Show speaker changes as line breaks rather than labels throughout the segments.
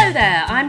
I'm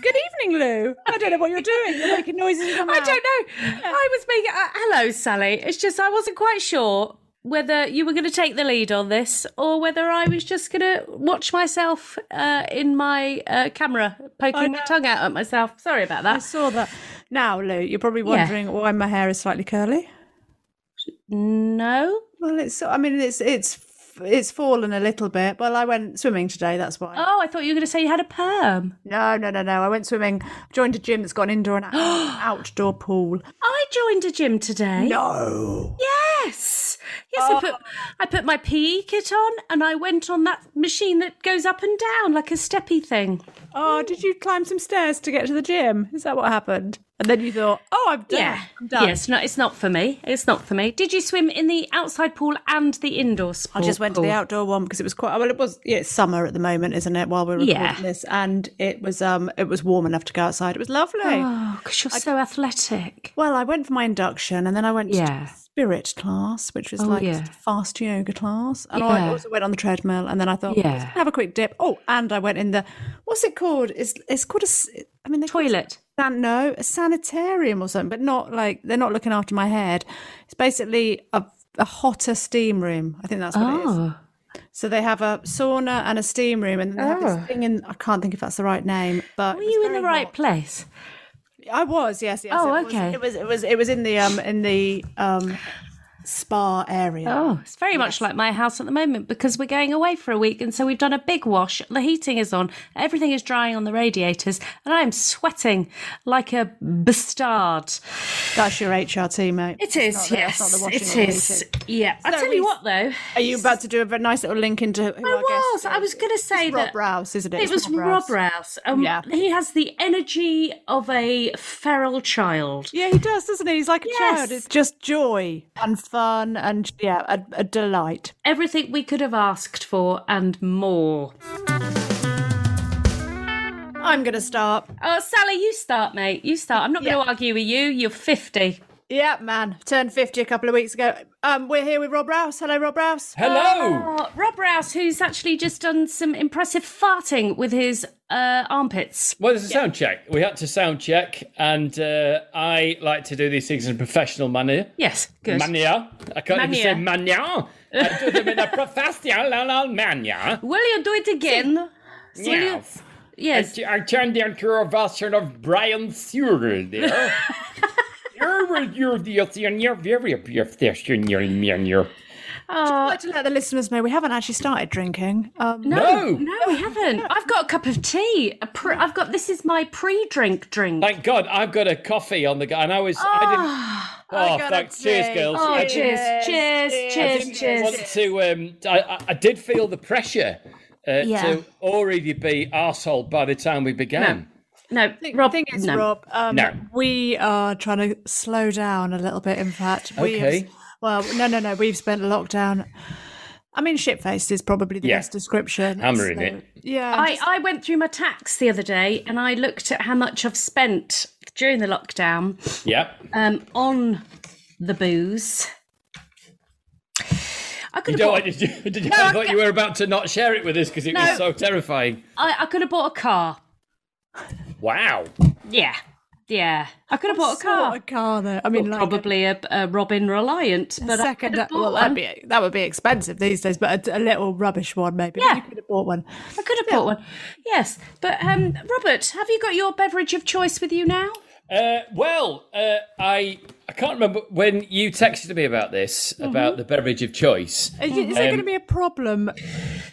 Good evening, Lou. I don't know what you're doing. You're making noises. with your
I
mouth.
don't know. I was making. Uh, hello, Sally. It's just I wasn't quite sure whether you were going to take the lead on this or whether I was just going to watch myself uh, in my uh, camera
I
poking my
know.
tongue out at myself. Sorry about
I
that.
saw that. Now, Lou, you're probably wondering why my hair is slightly curly.
No.
Well, it's. I mean, it's it's it's fallen a little bit. Well, I went swimming today. That's why.
Oh, I thought you were going to say you had a perm.
No, no, no, no. I went swimming. Joined a gym that's got an indoor and out- outdoor pool.
I joined a gym today.
No. Oh.
Yes. Yes, I put I put my PE kit on and I went on that machine that goes up and down like a steppy thing.
Oh, did you climb some stairs to get to the gym? Is that what happened? And then you thought, oh, I'm done.
Yeah.
I'm done.
Yeah, it's not, it's not for me. It's not for me. Did you swim in the outside pool and the indoor
I
pool?
just went to the outdoor one because it was quite well. It was yeah, it's summer at the moment, isn't it? While we're recording
Yeah.
this, and it was um, it was warm enough to go outside. It was lovely.
Oh, because you're so athletic.
Well, I went for my induction and then I went
Yeah. Oh,
to spirit class, which was like
yeah.
fast yoga class. And I
Yeah.
also went on the treadmill and then I thought,
Yeah.
yeah. have a quick dip. Oh, and I went in the, what's it called? It's, it's called a, s- I mean, they call it
Toilet.
san- no, a sanitarium or something, but not like, they're not looking after my head. It's basically a, a hotter steam room. I think that's what it is.
Oh.
So they have a sauna and a steam room, and then they have this thing in. I can't think if that's the right name, but
Oh. Were you in the right place?
I was, yes, yes.
Oh,
it was-
okay.
it was, it was, it was in the um, in the um, spa area.
Oh, it's very much like my house at the moment because we're going away for a week. And so we've done a big wash. The heating is on. Everything is drying on the radiators. And I'm sweating like a bastard.
That's your HRT, mate.
It is,
that's not the
yes.
washing
It
or
is. Yeah. I'll
So
tell you
we-
what, though.
Are you about to do a very nice little link into who
I
our
was.
guest
I
is?
was going to say
It's
that.
Rob Rouse, isn't it?
It
It's
was Rob Rouse. Um,
Yeah.
He has the energy of a feral child.
Yeah, he does, doesn't he? He's like a
Yes.
child. It's just joy and fun and yeah, a, a delight.
Everything we could have asked for and more.
I'm going to start.
Oh, Sally, you start, mate. You start. I'm not going
Yeah.
to argue with you. You're 50.
Yeah, man, turned fifty a couple of weeks ago. Um, we're here with Rob Rouse. Hello, Rob Rouse.
Hello.
Oh, Rob Rouse, who's actually just done some impressive farting with his uh, armpits.
Well, there's a sound check. We had to sound check, and uh, I like to do these things in a professional manner.
Yes, good.
Mania. I can't even say mania. I do them in a professional mania.
Will you do it again? Will you-
Yes.
Yes.
I turned into a version of Brian Sewer there. You're, you're the you're very professional manner.
Uh,
I'd like to let the listeners know we haven't actually started drinking. Um,
No.
No, we haven't. I've got a cup of tea. A pre- I've got this is my pre-drink drink.
Thank God I've got a coffee on the go, and I was I didn't. Oh,
got a
thanks. Cheers,
tea.
girls.
Oh,
I didn't-
cheers, cheers,
Cheers,
I
cheers,
didn't
cheers.
want to. Um, I, I- I did feel the pressure uh,
Yeah.
to already be arsehole by the time we began.
No,
The
Rob.
thing is,
no.
Rob, um,
No.
we are trying to slow down a little bit. In fact, we have-
Okay.
well, no, no, no. We've spent lockdown. I mean, shitfaced is probably the
Yeah.
best description.
Hammering it.
Yeah.
I, I went through my tax the other day and I looked at how much I've spent during the lockdown
Yep.
um, on the booze. I could have
You know,
bought,
I, did you, did you,
No,
I
I'm
thought you were about to not share it with us because it
No.
was so terrifying.
I, I could have bought a car.
Wow.
Yeah, yeah. I could have bought a car.
What a car, though. I mean, like
Probably a, a Robin Reliant,
a
but I
second.
could have bought
well,
one.
that'd be that would be expensive these days, but a, a little rubbish one maybe. But
Yeah.
You could have bought one.
I could have bought one. Yes, but um, Robert, have you got your beverage of choice with you now?
Uh, well, uh, I I can't remember when you texted me about this about the beverage of choice.
Is, it-
Um,
is there going to be a problem?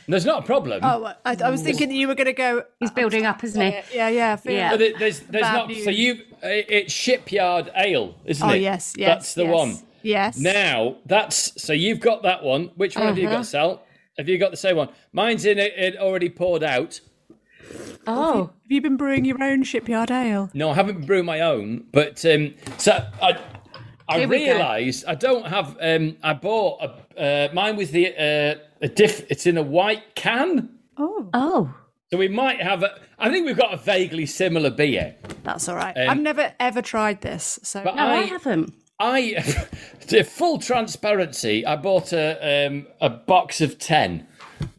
There's not a problem.
Oh, I, I was thinking that you were going to go.
He's building up, isn't he?
Yeah, yeah, I feel
Yeah.
yeah.
But it, there's there's
Bad
not
news.
so you it- it's shipyard ale, isn't
Oh
it?
yes, yes,
That's the
yes,
one.
Yes.
Now that's so you've got that one. Which one have you
Uh-huh.
got, Sal? Have you got the same one? Mine's in it, it already poured out.
Uh,
Oh,
Have you been brewing your own shipyard ale?
No, I haven't brewed my own, but um, so I I
Here we go.
realised I don't have. Um, I bought a uh, mine with the uh, a diff. It's in a white can,
Oh,
oh.
so we might have. A, I think we've got a vaguely similar beer.
that's all right. I've never ever tried this, so
Um, But
No, I,
I
haven't.
I, to full transparency, I bought a um, a box of ten.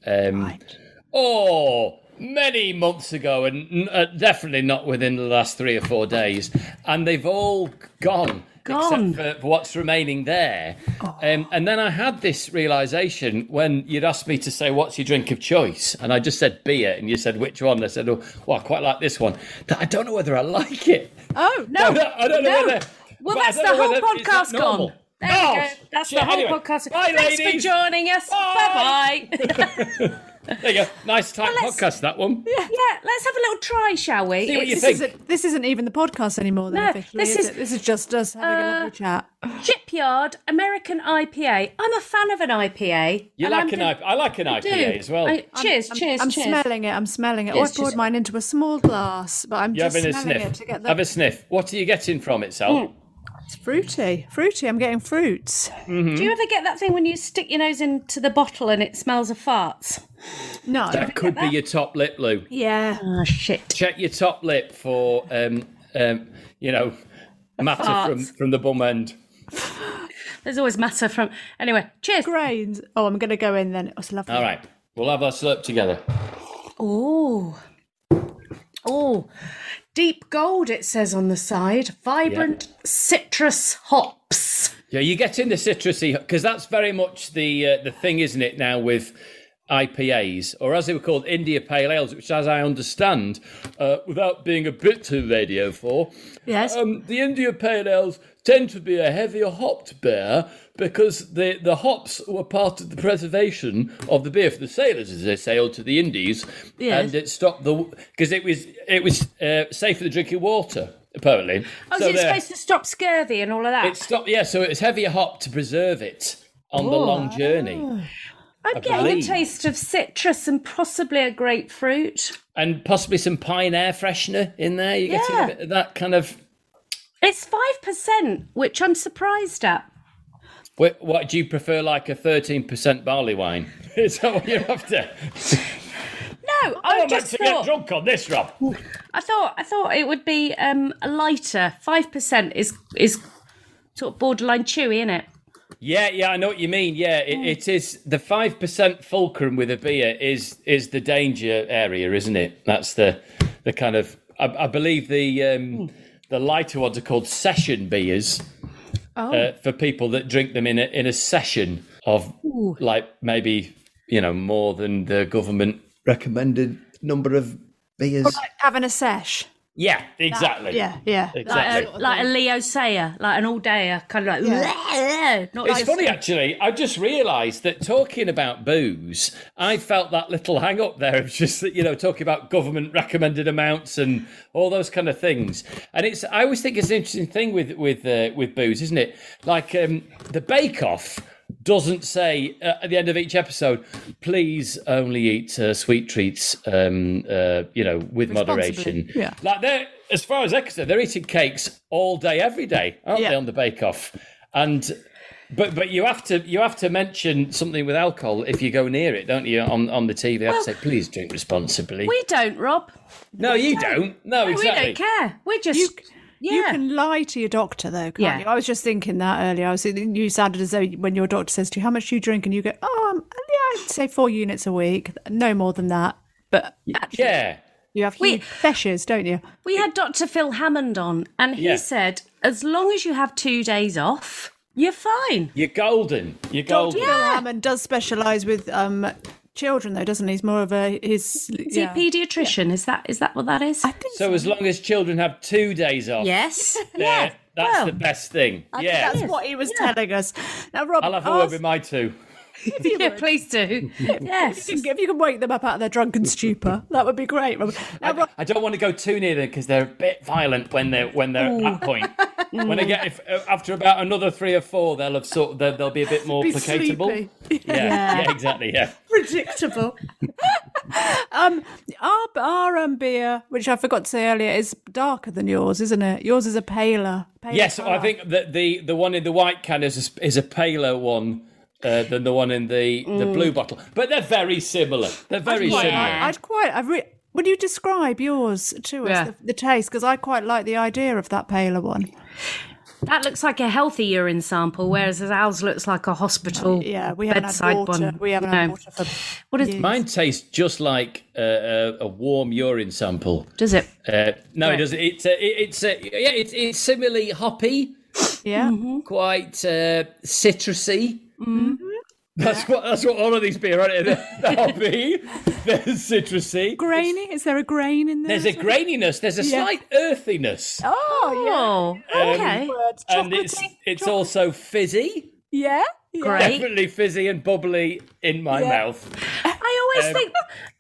Um,
Right.
Oh, many months ago, and n- uh, definitely not within the last three or four days. And they've all gone,
Gone. Oh.
except for, for what's remaining there. Um, and then I had this realization when you'd asked me to say, "What's your drink of choice?" and I just said beer, and you said which one. I said, "Oh, well, I quite like this one." That I don't know whether I like it.
oh no,
I don't, I don't know
No.
whether.
Well,
but I
that's
don't
the
know
whole
whether it's not
podcast
normal.
gone. There we
Oh,
go. That's
shit,
the whole
anyway.
podcast.
Bye,
Thanks
ladies.
for joining us.
Bye.
Bye bye.
There you go. Nice tight
Well, let's-
podcast, that one.
yeah, let's have a little try, shall we?
See what you
It's
this
think.
isn't this isn't even the podcast anymore. Then
No,
officially,
this
is Uh,
is-
it? this is just us having a lovely chat.
Shipyard American IPA. I'm a fan of an IPA.
You
and I'm
like an
gonna-
IPA. I like an IPA
Dude,
as well.
I- cheers,
I'm,
cheers,
I'm
cheers.
smelling it. I'm smelling it. Oh, I
Cheers,
poured
cheers.
mine into a small glass, but I'm
You're
just
having a
smelling it
sniff.
to get the.
Have a sniff. What are you getting from it, Sal?
It's fruity, fruity. I'm getting fruits.
Do you ever get that thing when you stick your nose into the bottle and it smells of farts?
No.
That could be your top lip, Lou.
Yeah.
Oh shit.
Check your top lip for, um, um, you know, matter
Farts.
from, from the bum end.
There's always matter from anyway. Cheers.
Grains. Oh, I'm going to go in then. It was lovely.
All right. We'll have our slurp together.
Oh. Oh. Deep gold, it says on the side. Vibrant citrus hops.
Yeah, you're getting the citrusy because that's very much the uh, the thing, isn't it? Now with IPAs, or as they were called, India Pale Ales, which, as I understand, uh, without being a bit too radio for,
Yes.
um, the India Pale Ales tend to be a heavier hopped beer because the the hops were part of the preservation of the beer for the sailors as they sailed to the Indies,
Yes.
and it stopped the because it was it was uh, safe for the drinking water apparently.
Oh,
So
is it
there-
supposed to stop scurvy and all of that?
it stopped, yeah, so it's heavier hop to preserve it on the
Oh.
long
Ah.
journey.
I'm getting
believe.
a taste of citrus and possibly a grapefruit.
And possibly some pine air freshener in there. You're getting
Yeah.
a bit of that kind of.
It's five percent, which I'm surprised at.
What, what do you prefer, like a 13% barley wine? Is that what you're after?
No, I
I'm meant
just
to get
thought
drunk on this, Rob.
I thought I thought it would be um lighter. Five percent is is sort of borderline chewy, isn't it?
Yeah, yeah, I know what you mean. Yeah, it,
Hmm.
it is the five percent fulcrum with a beer is is the danger area, isn't it? That's the the kind of I, I believe the
Hmm.
um, the lighter ones are called session beers
Oh.
uh, for people that drink them in a in a session of like maybe you know more than the government recommended number of beers.
Like having a sesh.
Yeah, exactly.
Yeah, yeah.
Exactly.
Uh, Like a Leo Sayer, like an all dayer, kind of like not
It's
just-
funny actually. I just realised that talking about booze, I felt that little hang up there of just that you know talking about government recommended amounts and all those kind of things. And it's I always think it's an interesting thing with with uh, with booze, isn't it? Like um, the Bake Off doesn't say uh, at the end of each episode, please only eat uh, sweet treats, um, uh, you know, with moderation.
yeah.
Like they're as far as they're concerned, they're eating cakes all day, every day, aren't they?
Yeah.
On the Bake Off, and but but you have to you have to mention something with alcohol if you go near it, don't you? On on the TV, you have to say please drink responsibly.
We don't, Rob.
no, you don't. No, exactly.
We don't care. We're just
You,
yeah.
you can lie to your doctor though, can't
Yeah.
you? I was just thinking that earlier. I was you sounded as though when your doctor says to you how much do you drink and you go, "Oh, um, yeah, I'd say 4 units a week, no more than that." But actually,
Yeah,
you have
We-
huge seshes, don't you?
We had Dr. Phil Hammond on, and he
Yeah.
said, as long as you have two days off, you're fine.
you're golden. You're golden.
Phil Hammond does specialise with um, children, though, doesn't he? He's more of a his.
Is
yeah.
he a paediatrician? Is that is that what that is?
I think
So as long as children have two days off,
Yes.
they're- that's the best thing.
I think
yeah,
that's what he was telling us. Now, Rob,
I'll have a
ask-
word with my two.
yeah, please do. yes.
if you can wake them up out of their drunken stupor, that would be great. Rob. Now, Rob,
I don't want to go too near them because they're a bit violent when they're when they're at that point. when they get if, uh, after about another three or four, they'll have sort they'll, they'll be a bit more
Be
placatable.
sleepy.
Yeah, yeah, exactly. Yeah,
Predictable.
Um, our, our um, beer, which I forgot to say earlier, is darker than yours, isn't it? Yours is a paler. paler
yes. I
colour.
think that the the one in the white can is a, is a paler one. Uh, than the one in the, the
Mm.
blue bottle, but they're very similar. They're very
quite
similar.
like- I'd quite. I've re- would you describe yours to us,
Yeah.
the, the taste? Because I quite like the idea of that paler one.
That looks like a healthy urine sample, whereas ours looks like a hospital
Yeah, we haven't
bedside
had water.
one.
We haven't
No.
had water for.
What is,
Mine tastes just like uh, a, a warm urine sample.
does it?
Uh, no,
Yeah.
it doesn't. It's uh, it, it's uh, yeah, it's it's similarly hoppy,
Yeah.
Mm-hmm.
quite uh, citrusy.
Mm-hmm.
That's what that's what all of these beer are. They're they're hoppy, they're citrusy.
Grainy? Is there a grain in there?
There's a graininess. There's a
Yeah.
slight earthiness,
Oh, yeah.
Oh, okay.
Words.
and it's
Chocolatey.
it's also fizzy.
Yeah. yeah.
Great.
Definitely fizzy and bubbly in my mouth.
I always
Um,
think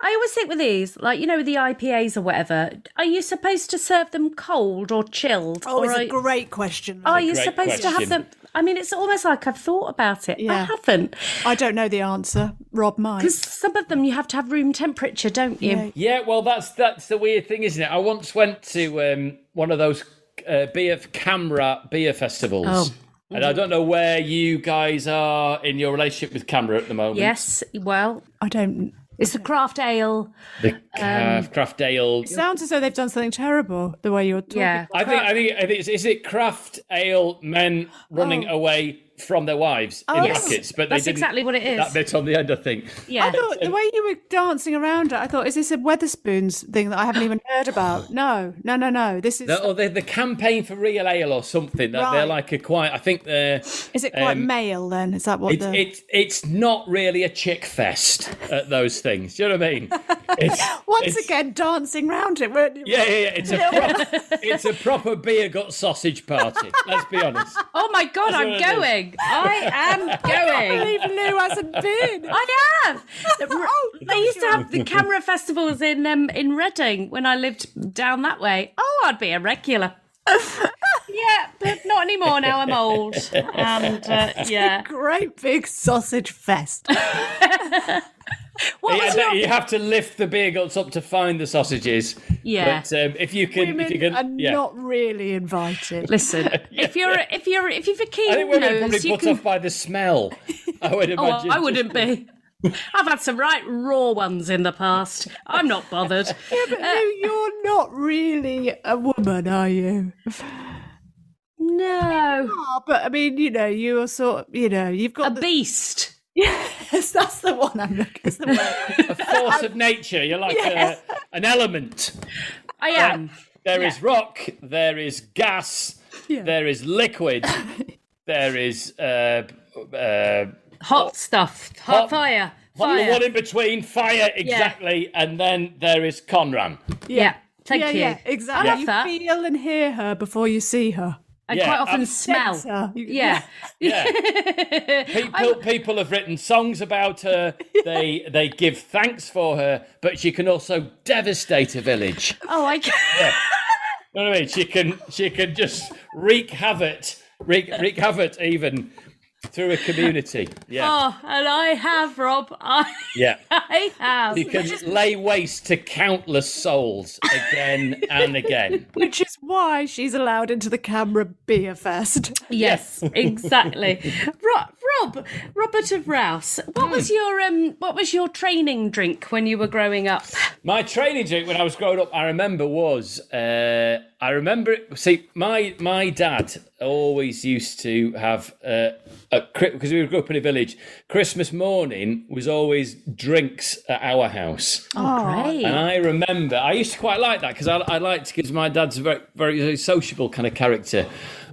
I always think with these, like you know, with the IPAs or whatever, are you supposed to serve them cold or chilled?
Oh,
or
it's
are,
a great question.
are you
great
supposed to have
question.
them? I mean, it's almost like I've thought about it. I
Yeah.
haven't.
I don't know the answer. Rob might.
Because some of them you have to have room temperature, don't you?
Yeah, well, that's that's the weird thing, isn't it? I once went to um, one of those uh, beer camera beer festivals,
Oh.
and I don't know where you guys are in your relationship with camera at the moment.
Yes. Well,
I don't.
it's the craft ale.
the
um,
uh, Craft Ale.
Sounds as though they've done something terrible the way you're talking.
Yeah.
I think I think I think it's, is it Craft Ale men running away from their wives in
yes.
brackets, but they
Oh. That's
didn't-
exactly what it is.
That bit on the end, I think.
Yeah.
I thought the way you were dancing around it, I thought, is this a Weatherspoons thing that I haven't even heard about? No, no, no, no. This is.
The, Uh, or the, the campaign for real ale or something. They're, they're
Right.
like a quiet. I think they're.
is it quite male then? Is that what
um, It's,
the?
it's it's not really a chick fest at those things. Do you know what I mean? It's,
Once
it's-
again, dancing round it, weren't you?
yeah, yeah, yeah. It's a proper, it's a proper beer gut sausage party. Let's be honest.
Oh my god,
That's
I'm
what it is.
going. I am
I
going.
believe Lou hasn't been.
I have.
Oh,
they used to have the camera festivals in um, in Reading when I lived down that way. Oh, I'd be a regular. yeah, but not anymore. Now I'm old, and uh, yeah.
Great big sausage fest.
What was
Yeah,
your?
you have to lift the beer guts up to find the sausages.
Yeah.
But um, if you can, if you
Women
can,
are
yeah.
not really invited.
Listen, if you're if you're if you've a
I
keen
think women are probably
nose, you
put
can.
off by the smell. I would
Oh, well,
imagine.
I wouldn't be. I've had some right raw ones in the past. I'm not bothered.
But Lou, you're not really a woman, are you?
No,
Oh, but I mean, you know, you're sort of, you know, you've got
a
the
beast.
Yes, that's the one I'm looking. It's the one.
A force of nature. You're like a, an element.
I am.
Um, There is rock, there is gas, there is liquid, there is uh, uh,
Hot stuff. Hot,
Hot-
fire.
what-
Fire.
the one in between, fire exactly, and then there is Conran.
Yeah. Thank
yeah,
you.
yeah, exactly.
I love
you
that.
feel and hear her before you see her.
I
Yeah, um,
quite often
I'm-
smell.
Sensor. You-
Yeah.
Yeah. people, people have written songs about her. They they give thanks for her, but she can also devastate a village.
Oh, I.
You know what I mean? She can she can just wreak havoc, wreak, wreak havoc even through a community. Yeah,
Oh, and I have, Rob. I,
yeah.
I have.
You can lay waste to countless souls again and again.
Which is why she's allowed into the camera beer fest.
Yes, exactly. Rob, Rob, Robert of Rouse. What was
Hmm.
your um? What was your training drink when you were growing up?
My training drink when I was growing up, I remember was uh, I remember it. See, my my dad always used to have uh, a because we grew up in a village. Christmas morning was always drinks at our house.
Great.
And I remember, I used to quite like that because I, I liked because my dad's a very, very, very sociable kind of character,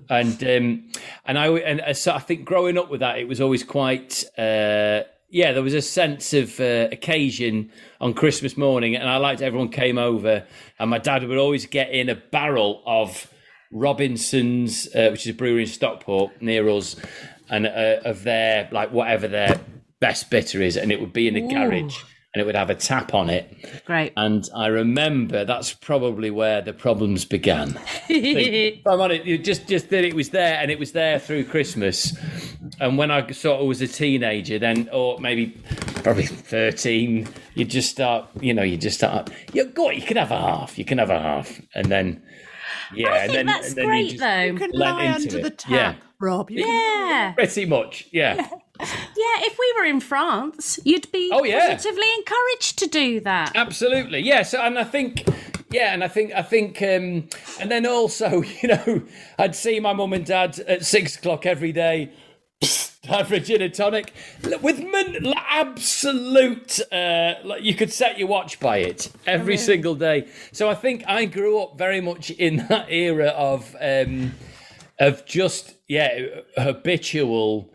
and um, and I and uh, so I think growing up with that, it was always quite. Uh, yeah, there was a sense of uh, occasion on Christmas morning, and I liked everyone came over, and my dad would always get in a barrel of Robinson's, uh, which is a brewery in Stockport near us, and uh, of their like whatever their best bitter is, and it would be in the garage, and it would have a tap on it.
Great.
And I remember that's probably where the problems began. If I'm on it. You just just that it was there, and it was there through Christmas. And when I sort of was a teenager, then or maybe probably thirteen, you just start, you know, you just start. You go, you can have a half, you can have a half, and then yeah,
I
and
think
then
that's
and then you
great
just-
though.
You can
Lent
lie
into
under
it.
the tap,
Yeah.
Rob. You can-
yeah.
Pretty much, yeah.
Yeah, if we were in France, you'd be
Oh, yeah.
positively encouraged to do that.
Absolutely, yeah. So, and I think, yeah, and I think, I think, um, and then also, you know, I'd see my mum and dad at six o'clock every day. Have a gin and tonic with min- like, absolute. Uh, like you could set your watch by it every single day. So I think I grew up very much in that era of um, of just yeah habitual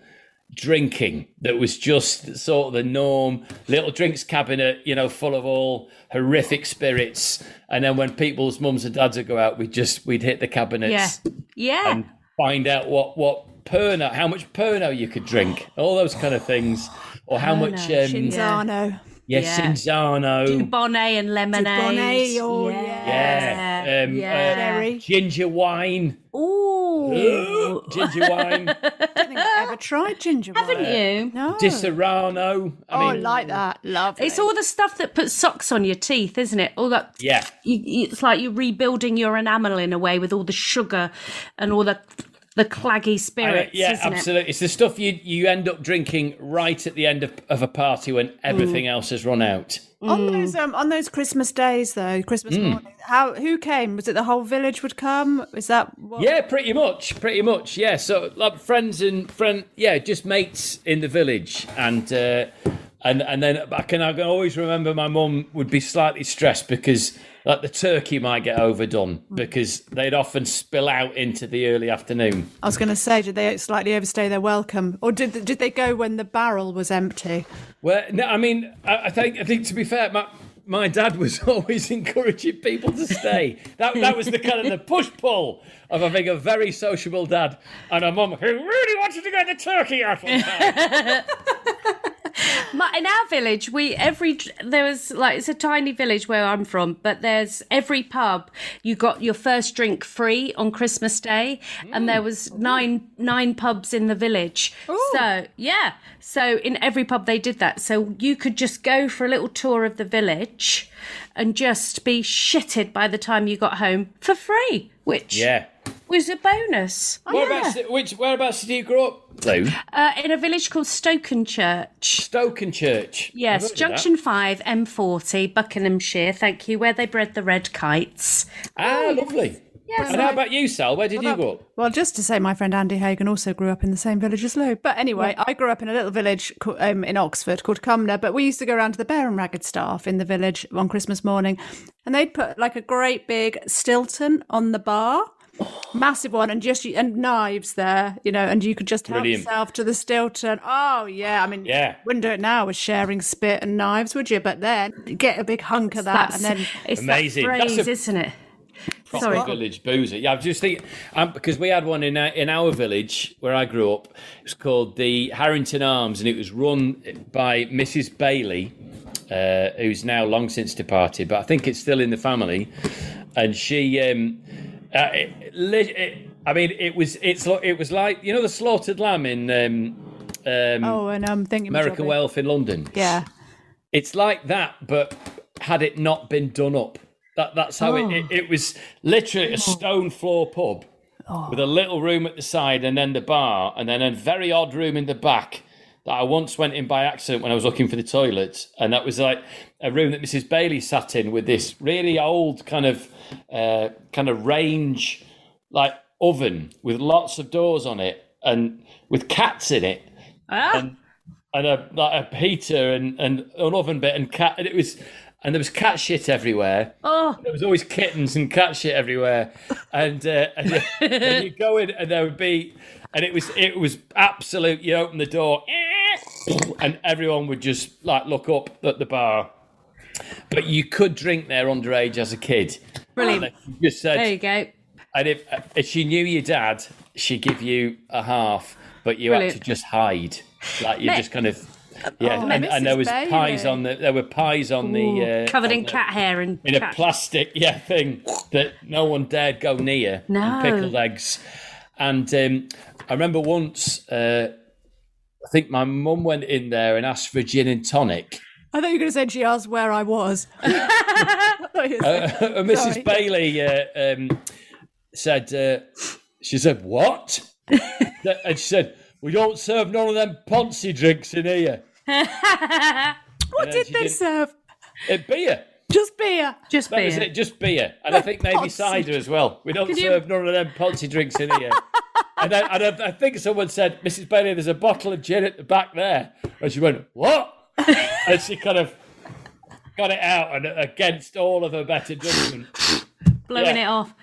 drinking that was just sort of the norm little drinks cabinet you know full of all horrific spirits and then when people's mums and dads would go out we'd just we'd hit the
Yeah.
cabinets
Yeah.
and find out what what perno how much perno you could drink all those kind of things or how much um
Shinzo.
yeah,
Zano.
yeah.
Cinzano,
Bonnet and lemonade.
Bonnet, oh,
yeah, um,
yeah.
Very.
ginger wine
Ooh.
ginger wine
I don't think I've ever tried ginger wine.
Haven't you?
No.
Disaronno.
oh,
I mean,
like that. Love
It's all the stuff that puts socks on your teeth, isn't it? All that.
yeah.
You, you- it's like you're rebuilding your enamel in a way with all the sugar and all the the claggy spirits.
yeah,
isn't it?
absolutely. It's the stuff you you end up drinking right at the end of, of a party when everything else has run out.
On
Mm.
those um, on those Christmas days though, Christmas morning, how who came? Was it the whole village would come? Is that what?
Yeah, pretty much, pretty much. Yeah, so like friends and friend, yeah, just mates in the village, and uh, and and then I can I can always remember my mum would be slightly stressed because like the turkey might get overdone because they'd often spill out into the early afternoon.
I was going to say, did they slightly overstay their welcome, or did did they go when the barrel was empty?
Well, no, I mean, I, I think I think to be fair, my my dad was always encouraging people to stay. That that was the kind of the push pull of having a very sociable dad and a mum who really wanted to get the turkey out. on time.
My, in our village, we every there was like it's a tiny village where I'm from, but there's every pub you got your first drink free on Christmas Day, and there was nine nine pubs in the village. So yeah, so in every pub they did that, so you could just go for a little tour of the village, and just be shitted by the time you got home for free, which
yeah.
was a bonus.
Whereabouts? Which whereabouts did you grow up? Lou?
Uh, in a village called Stoken Church.
Stoke and Church. I've
Yes,
heard of that.
Junction 5, M40, Buckinghamshire. Thank you. Where they bred the red kites.
Ah, lovely. and how about you, Sal? Where did you grow up?
Well, just to say, my friend Andy Hagan also grew up in the same village as Lou. But anyway, I grew up in a little village ca- um, in Oxford called Cumnor. But we used to go around to the Bear and Ragged Staff in the village on Christmas morning, and they'd put like a great big Stilton on the bar.
Oh.
Massive one, and just and knives there, you know, and you could just help
Brilliant.
yourself to the Stilton. Oh yeah, I mean,
Yeah.
wouldn't do it now with sharing spit and knives, would you? But then get a big hunk of that,
That's
and then
it's
Amazing.
That
That's
phrase,
a-
isn't it?
proper
Sorry.
village boozer. Yeah, I was just thinking um, because we had one in our, in our village where I grew up. It was called the Harrington Arms, and it was run by Mrs. Bailey, uh, who's now long since departed, but I think it's still in the family. And she, um, uh, it, lit- it, I mean, it was it's lo- it was like you know the slaughtered lamb in um, um,
oh, and I'm thinking
American Wealth in London.
yeah.
It's like that, but had it not been done up, that that's how it, it it was literally a stone floor pub with a little room at the side and then the bar and then a very odd room in the back that I once went in by accident when I was looking for the toilet and that was like a room that Mrs Bailey sat in with this really old kind of uh, kind of range like oven with lots of doors on it and with cats in it Um,
Ah,
and a like a heater and, and an oven bit and cat and it was and there was cat shit everywhere.
Oh.
There was always kittens and cat shit everywhere, and uh, and, and you go in and there would be, and it was it was absolute. You open the door, eh, and everyone would just like look up at the bar. But you could drink there underage as a kid.
Brilliant.
You just said,
There you go.
and if if she knew your dad, she'd give you a half, but you
Brilliant.
had to just hide, like you
Me-
just kind of. Yeah,
Oh,
and, and there
Mrs.
was pies
Bailey.
on the there were pies on
Ooh,
the uh,
covered
on
in
the-
cat hair and
in a
cat-
plastic yeah thing that no one dared go near.
No.
and pickled eggs, and um, I remember once uh, I think my mum went in there and asked for gin and tonic,
I thought you were going to say she asked where I was. I thought you were saying-
and Mrs.
Sorry.
Bailey uh, um, said, uh, she said, what? and she said, we don't serve none of them Ponzi drinks in here.
what
no,
did
she
they
didn't.
serve?
It beer.
Just beer.
Just
That was
beer.
it, just beer. And I think maybe
Ponzi
cider as well. We don't
Could you-
serve none of them Ponzi drinks in here. and then, and I, I think someone said, Mrs. Bailey, there's a bottle of gin at the back there. And she went, what? and she kind of got it out and against all of her better judgment.
Blowing
yeah.
it off.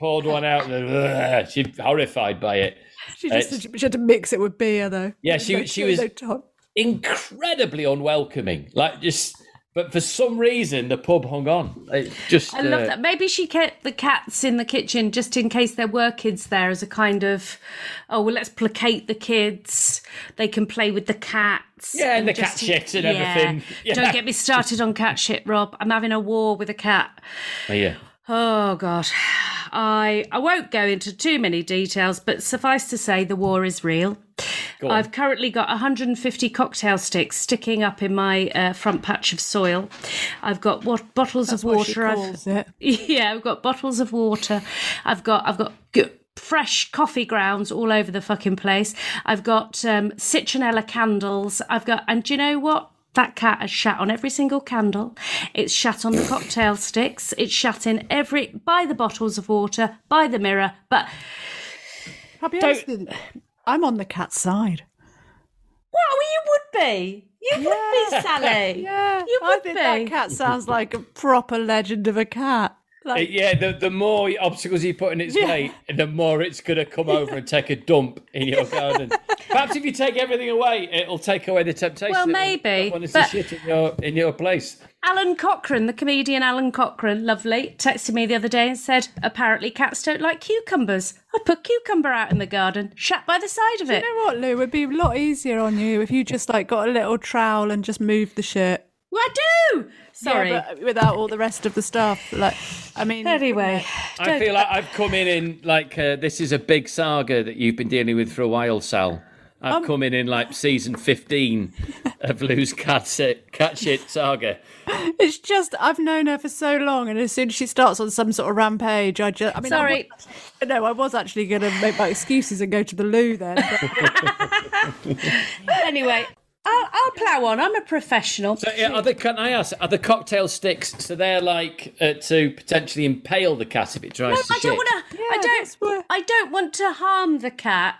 poured one out and then, "Ugh," she horrified by it.
She just
It's-
she had to mix it with beer though.
Uh, Yeah, she-
No-
she was-
no ton-
Incredibly unwelcoming, like just. But for some reason, the pub hung on. It just
I love
uh,
that. Maybe she kept the cats in the kitchen just in case there were kids there as a kind of, oh, well, let's placate the kids. They can play with the cats.
Yeah, and the
just-
cat shit and
Yeah.
everything. Yeah.
Don't get me started on cat shit, Rob. I'm having a war with a cat.
Yeah.
Oh, God. I, I won't go into too many details, but suffice to say, the war is real.
Go on.
I've currently got 150 cocktail sticks sticking up in my uh, front patch of soil. I've got what bottles
That's
of
what
water.
she
I've-
calls it.
yeah, I've got bottles of water. I've got I've got g- fresh coffee grounds all over the fucking place. I've got um, citronella candles. I've got and do you know what? That cat has shat on every single candle. It's shat on the cocktail sticks. It's shat in every by the bottles of water, by the mirror. But
I'll be honest with you, I'm on the cat side.
what well, you would be, you would be Sally.
Yeah,
you
I
would
think
be.
that cat sounds like a proper legend of a cat.
Uh,
Like,
Yeah, the, the more obstacles you put in its
Yeah.
way, the more it's going to come over and take a dump in your garden. Perhaps if you take everything away, it'll take away the temptation.
Well,
that
maybe,
One is
but-
shit in your, in your place.
Alan Cochrane, the comedian Alan Cochrane, lovely, texted me the other day and said, apparently cats don't like cucumbers. I put cucumber out in the garden, shat by the side of it.
you know what, Lou? It'd be a lot easier on you if you just like got a little trowel and just moved the shit.
Well, I do! Sorry.
Yeah, but um, without all the rest of the stuff. Like, I mean,
anyway,
I feel like I've come in in like uh, this is a big saga that you've been dealing with for a while, Sal. I've
Um,
come in in like season fifteen of Lou's cat shit, cat shit saga.
It's just I've known her for so long, and as soon as she starts on some sort of rampage, I just I mean, I
Sorry.
was actually- no, I was actually going to make my excuses and go to the loo then. but-
anyway, I'll, I'll plough on. I'm a professional.
So, yeah, are the, can I ask? Are the cocktail sticks so they're like uh, to potentially impale the cat if it tries to
I
shit?
don't want to. I
Yeah,
don't.
that's what-
I don't want to harm the cat.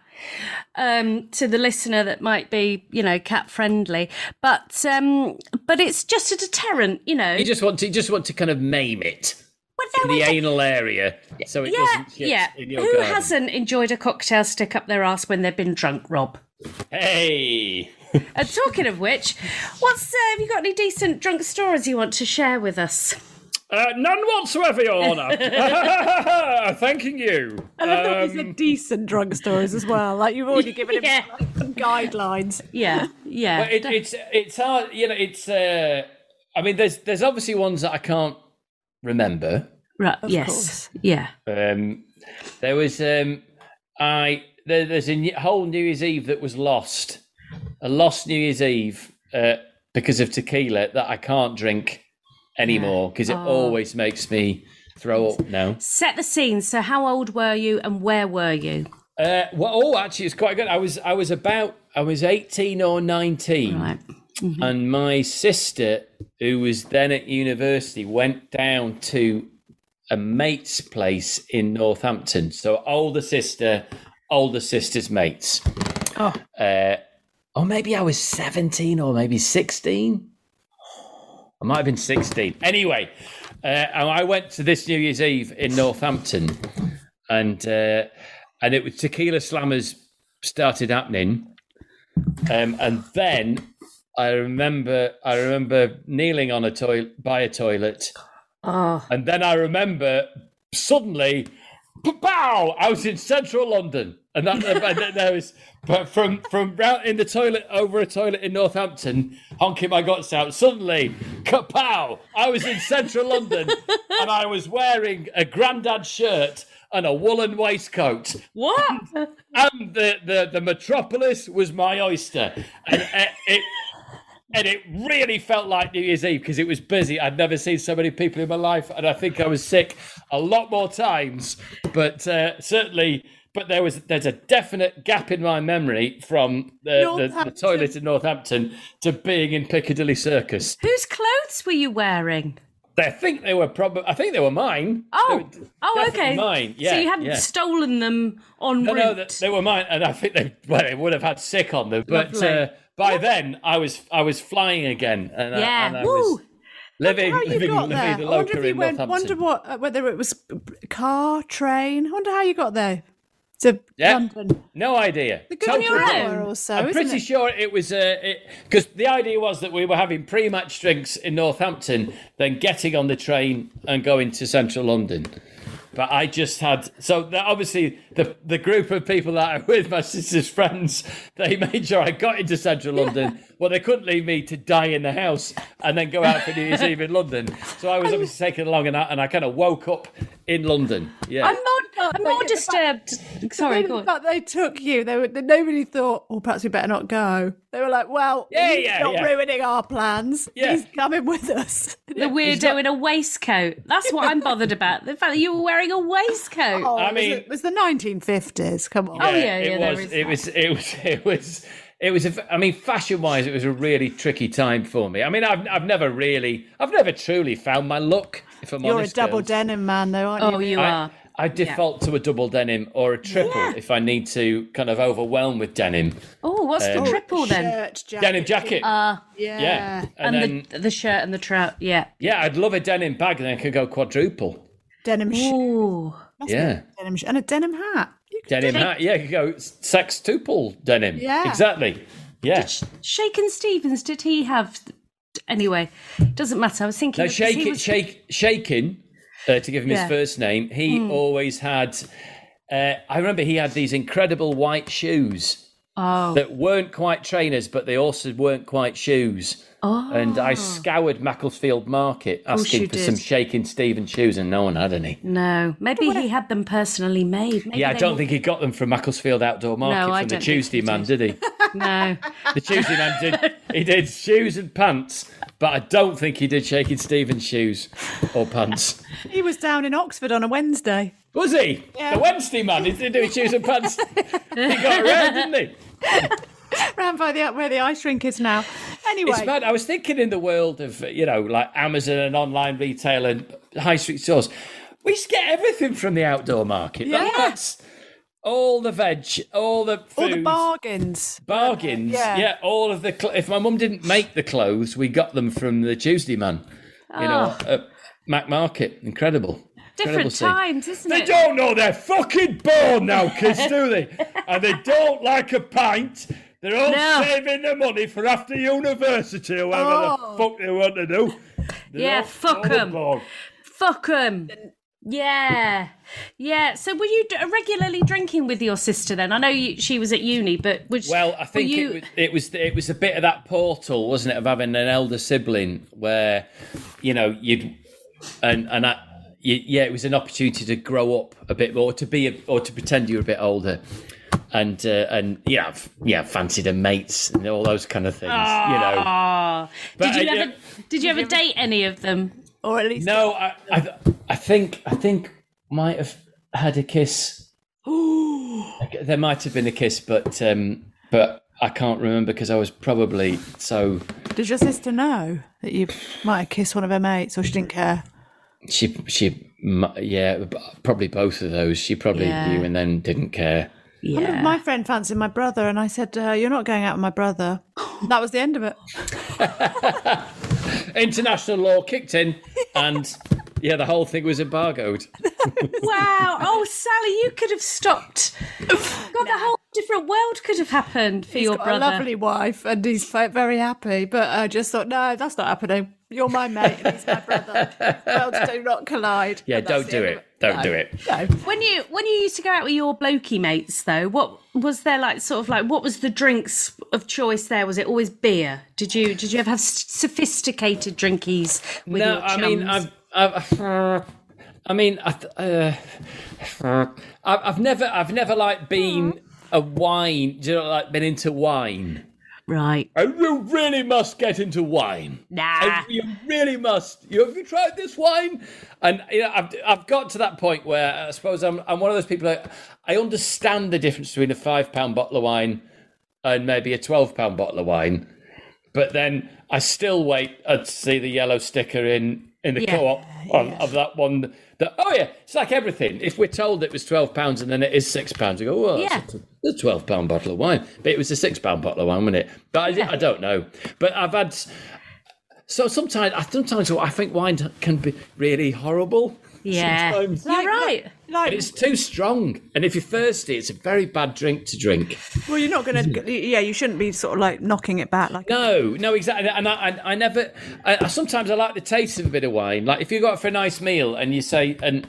Um, to the listener that might be, you know, cat friendly, but um, but it's just a deterrent, you know.
You just want to you just want to kind of maim it
But
in
no,
the
I don't-
anal area, so it
Yeah,
doesn't shit
yeah.
in your
Who
garden.
hasn't enjoyed a cocktail stick up their ass when they've been drunk, Rob?
Hey,
And talking of which, what's uh, have you got any decent drunk stories you want to share with us?
uh, none whatsoever, Your Honour. Thanking you.
Oh,
I love that
Um.
these are decent drug stories as well. Like you've already given him
Yeah.
some guidelines.
Yeah, yeah.
But it, it's it's hard, you know. It's uh, I mean, there's there's obviously ones that I can't remember.
right, yes, yeah.
Um, there was um, I there, there's a new- whole New Year's Eve that was lost, a lost New Year's Eve uh, because of tequila that I can't drink anymore because it always makes me throw up now.
Set the scene. So, how old were you, and where were you?
Uh, well, oh, actually, it's quite good. I was I was about I was eighteen or nineteen.
Right.
and my sister, who was then at university, went down to a mate's place in Northampton. So older sister, older sister's mates.
Oh.
Uh, or maybe I was 17 or maybe 16. I might have been 16. Anyway, uh, and I went to this New Year's Eve in Northampton and uh, and it was tequila slammers started happening Um, and then I remember, I remember kneeling on a toilet by a toilet,
Oh,
and then I remember suddenly, pow! I was in central London, and that and then there was but from from round in the toilet over a toilet in Northampton, honking my guts out. Suddenly, kapow! I was in central London, and I was wearing a grandad shirt and a woolen waistcoat
what?
and the, the, the metropolis was my oyster, and uh, it and it really felt like New Year's Eve because it was busy. I'd never seen so many people in my life, and I think I was sick a lot more times, but uh, certainly. But there was there's a definite gap in my memory from the, the, the
Northampton.
toilet in Northampton to being in Piccadilly Circus.
Whose clothes were you wearing?
I think they were probably I think they were mine. They
Oh,
were
oh,
definitely
okay.
Mine. Yeah,
so you hadn't
yeah.
stolen them on
No,
route.
no, that they were mine, and I think they well, they would have had sick on them. But
Lovely.
uh, by then, I was I was flying again, and I,
yeah,
uh, and I
woo.
was living
How you
living
got
living
there?
the
I wonder
loca
if you
in
went.
Northampton.
Wonder what? uh, Whether it was car, train. I wonder how you got there to
Yeah.
London.
No idea.
The good on your
Total-
own.
hour or so,
I'm
isn't
pretty
it?
sure it was because the idea was that we were having pre-match drinks in Northampton, then getting on the train and going to central London. But I just had so the, obviously the the group of people that I with my sister's friends they made sure I got into central London. Well, they couldn't leave me to die in the house and then go out for New Year's Eve in London. So I was obviously taken along and I, and I kind of woke up in London. Yeah,
I'm more, I'm more
yeah, the
disturbed. Sorry,
Maybe
go
the
on.
fact they took you, they were, nobody thought, oh, perhaps we better not go. They were like, well,
Yeah,
he's
yeah,
not
yeah.
ruining our plans.
Yeah.
He's coming with us.
The weirdo
got-
in a waistcoat. That's what I'm bothered about. The fact that you were wearing a waistcoat.
Oh,
I
it was
mean-
the- it was the 1950s. Come on.
Oh, yeah, yeah,
it
there
was,
is
it
that.
was, it was, it was, it was. a f I mean, fashion-wise, it was a really tricky time for me. I mean, I've, I've never really, I've never truly found my look. If I'm
You're a
honest,
double
girls.
denim man, though, aren't
Oh,
you?
you
I,
are.
I default to a double denim or a triple
Yeah.
if I need to kind of overwhelm with denim.
Oh, what's
Um,
the triple then?
Shirt, jacket.
Denim jacket,
Yeah.
yeah, and,
Uh, And,
then
the the shirt and the trout. Yeah.
yeah, I'd love a denim bag, and then I could go quadruple.
Denim shirt.
Ooh.
Yeah,
Denim sh- and a denim hat. You could
denim hat. Yeah, I could go sextuple denim.
Yeah.
exactly. Yeah.
Shaken Stevens. Did he have? Anyway, doesn't matter. I was thinking.
No,
because
shake
he
it,
was-
shake, shaking. Uh, to give him
Yeah. Hmm.
his first name, he always had. Uh, I remember he had these incredible white shoes
Oh.
that weren't quite trainers, but they also weren't quite shoes.
Oh.
And I scoured Macclesfield Market asking
you
for some
did.
shaking Stephen shoes, and no one had any.
No, maybe he had them personally made. Maybe
Yeah, I
they
don't
were-
think he got them from Macclesfield Outdoor Market
No, I
from the
don't think
Tuesday
he
man, did he?
No,
The Tuesday man did. He did shoes and pants, but I don't think he did shaking Stephen shoes or pants.
do- He was down in Oxford on a Wednesday.
Was he? The Wednesday man. He didn't do his shoes and pants. he got around, didn't he?
Round by the where the ice rink is now. Anyway,
It's mad. I was thinking in the world of, you know, like Amazon and online retail and high street stores, we just get everything from the outdoor market. That-
Yeah.
That's all the veg, all the food,
all the bargains.
bargains. Yeah.
Yeah.
all of the. Cl- if my mum didn't make the clothes, we got them from the Tuesday man, you know, at Mac Market. Incredible. Incredible
different
scene.
times, isn't
They
it?
don't know they're fucking born now, kids, do they? And they don't like a pint. They're all
No.
saving their money for after university or whatever
Oh.
the fuck they want to do. They're
Yeah,
all
fuck
all
'em.
born.
Fuck 'em. Yeah, yeah. So were you d- regularly drinking with your sister then? I know you, she was at uni, but was
Well, I
were
think
you,
it, was, it was it was a bit of that portal, wasn't it, of having an elder sibling where, you know, you'd and and I, you, yeah, it was an opportunity to grow up a bit more, to be a, or to pretend you were a bit older, and uh, and yeah, f- yeah, fancied a mates and all those kind of things, you know.
Ah. Aw.
But uh,
did you
I-
ever did you ever date any of them?
Or at least
No, I, I, I think I think might have had a kiss. there might have been a kiss, but um, but I can't remember because I was probably so.
Did your sister know that you might have kissed one of her mates, or she didn't care?
She she mu- yeah, b- probably both of those. She probably
Yeah.
knew and then didn't care.
Yeah,
My friend fancied my brother, and I said, to her, "You're not going out with my brother." That was the end of it.
International law kicked in, and yeah, the whole thing was embargoed.
Wow. Oh, Sally, you could have stopped. God, the whole different world could have happened for
He's
your
got
brother.
a lovely wife and he's fe- very happy. But I just thought, no, that's not happening. You're my mate and he's my brother. Worlds do not collide.
Yeah,
And that's
don't
the
do
end of
it. Don't do it.
No.
When you when you used to go out with your blokey mates though, what was there like sort of like what was the drinks of choice there? Was it always beer? Did you did you ever have s- sophisticated drinkies with
no,
your
I
chums?
mean, I've, I've, I mean, I, th- uh, I've I've never, I've never like been a wine. Do you know, like been into wine?
right.
Oh, you really must get into wine.
Nah.
Oh, you really must. You, have you tried this wine? And you know, I've, I've got to that point where I suppose I'm, I'm one of those people that I understand the difference between a five pound bottle of wine and maybe a twelve pound bottle of wine, but then I still wait uh, to see the yellow sticker in in the
Yeah,
co-op of, of that one. That oh yeah, it's like everything. If we're told it was twelve pounds and then it is six pounds, we go, well,
Yeah.
that's a, the twelve pound bottle of wine, but it was a six pound bottle of wine, wasn't it? But I, I don't know. But I've had so sometimes I sometimes I think wine can be really horrible.
Yeah.
Sometimes.
You're right.
Like,
It's too strong, and if you're thirsty, it's a very bad drink to drink.
well, you're not going to. Yeah, you shouldn't be sort of like knocking it back. Like,
No, no, exactly. And I, I, I never. I, I sometimes I like the taste of a bit of wine. Like if you go out for a nice meal and you say and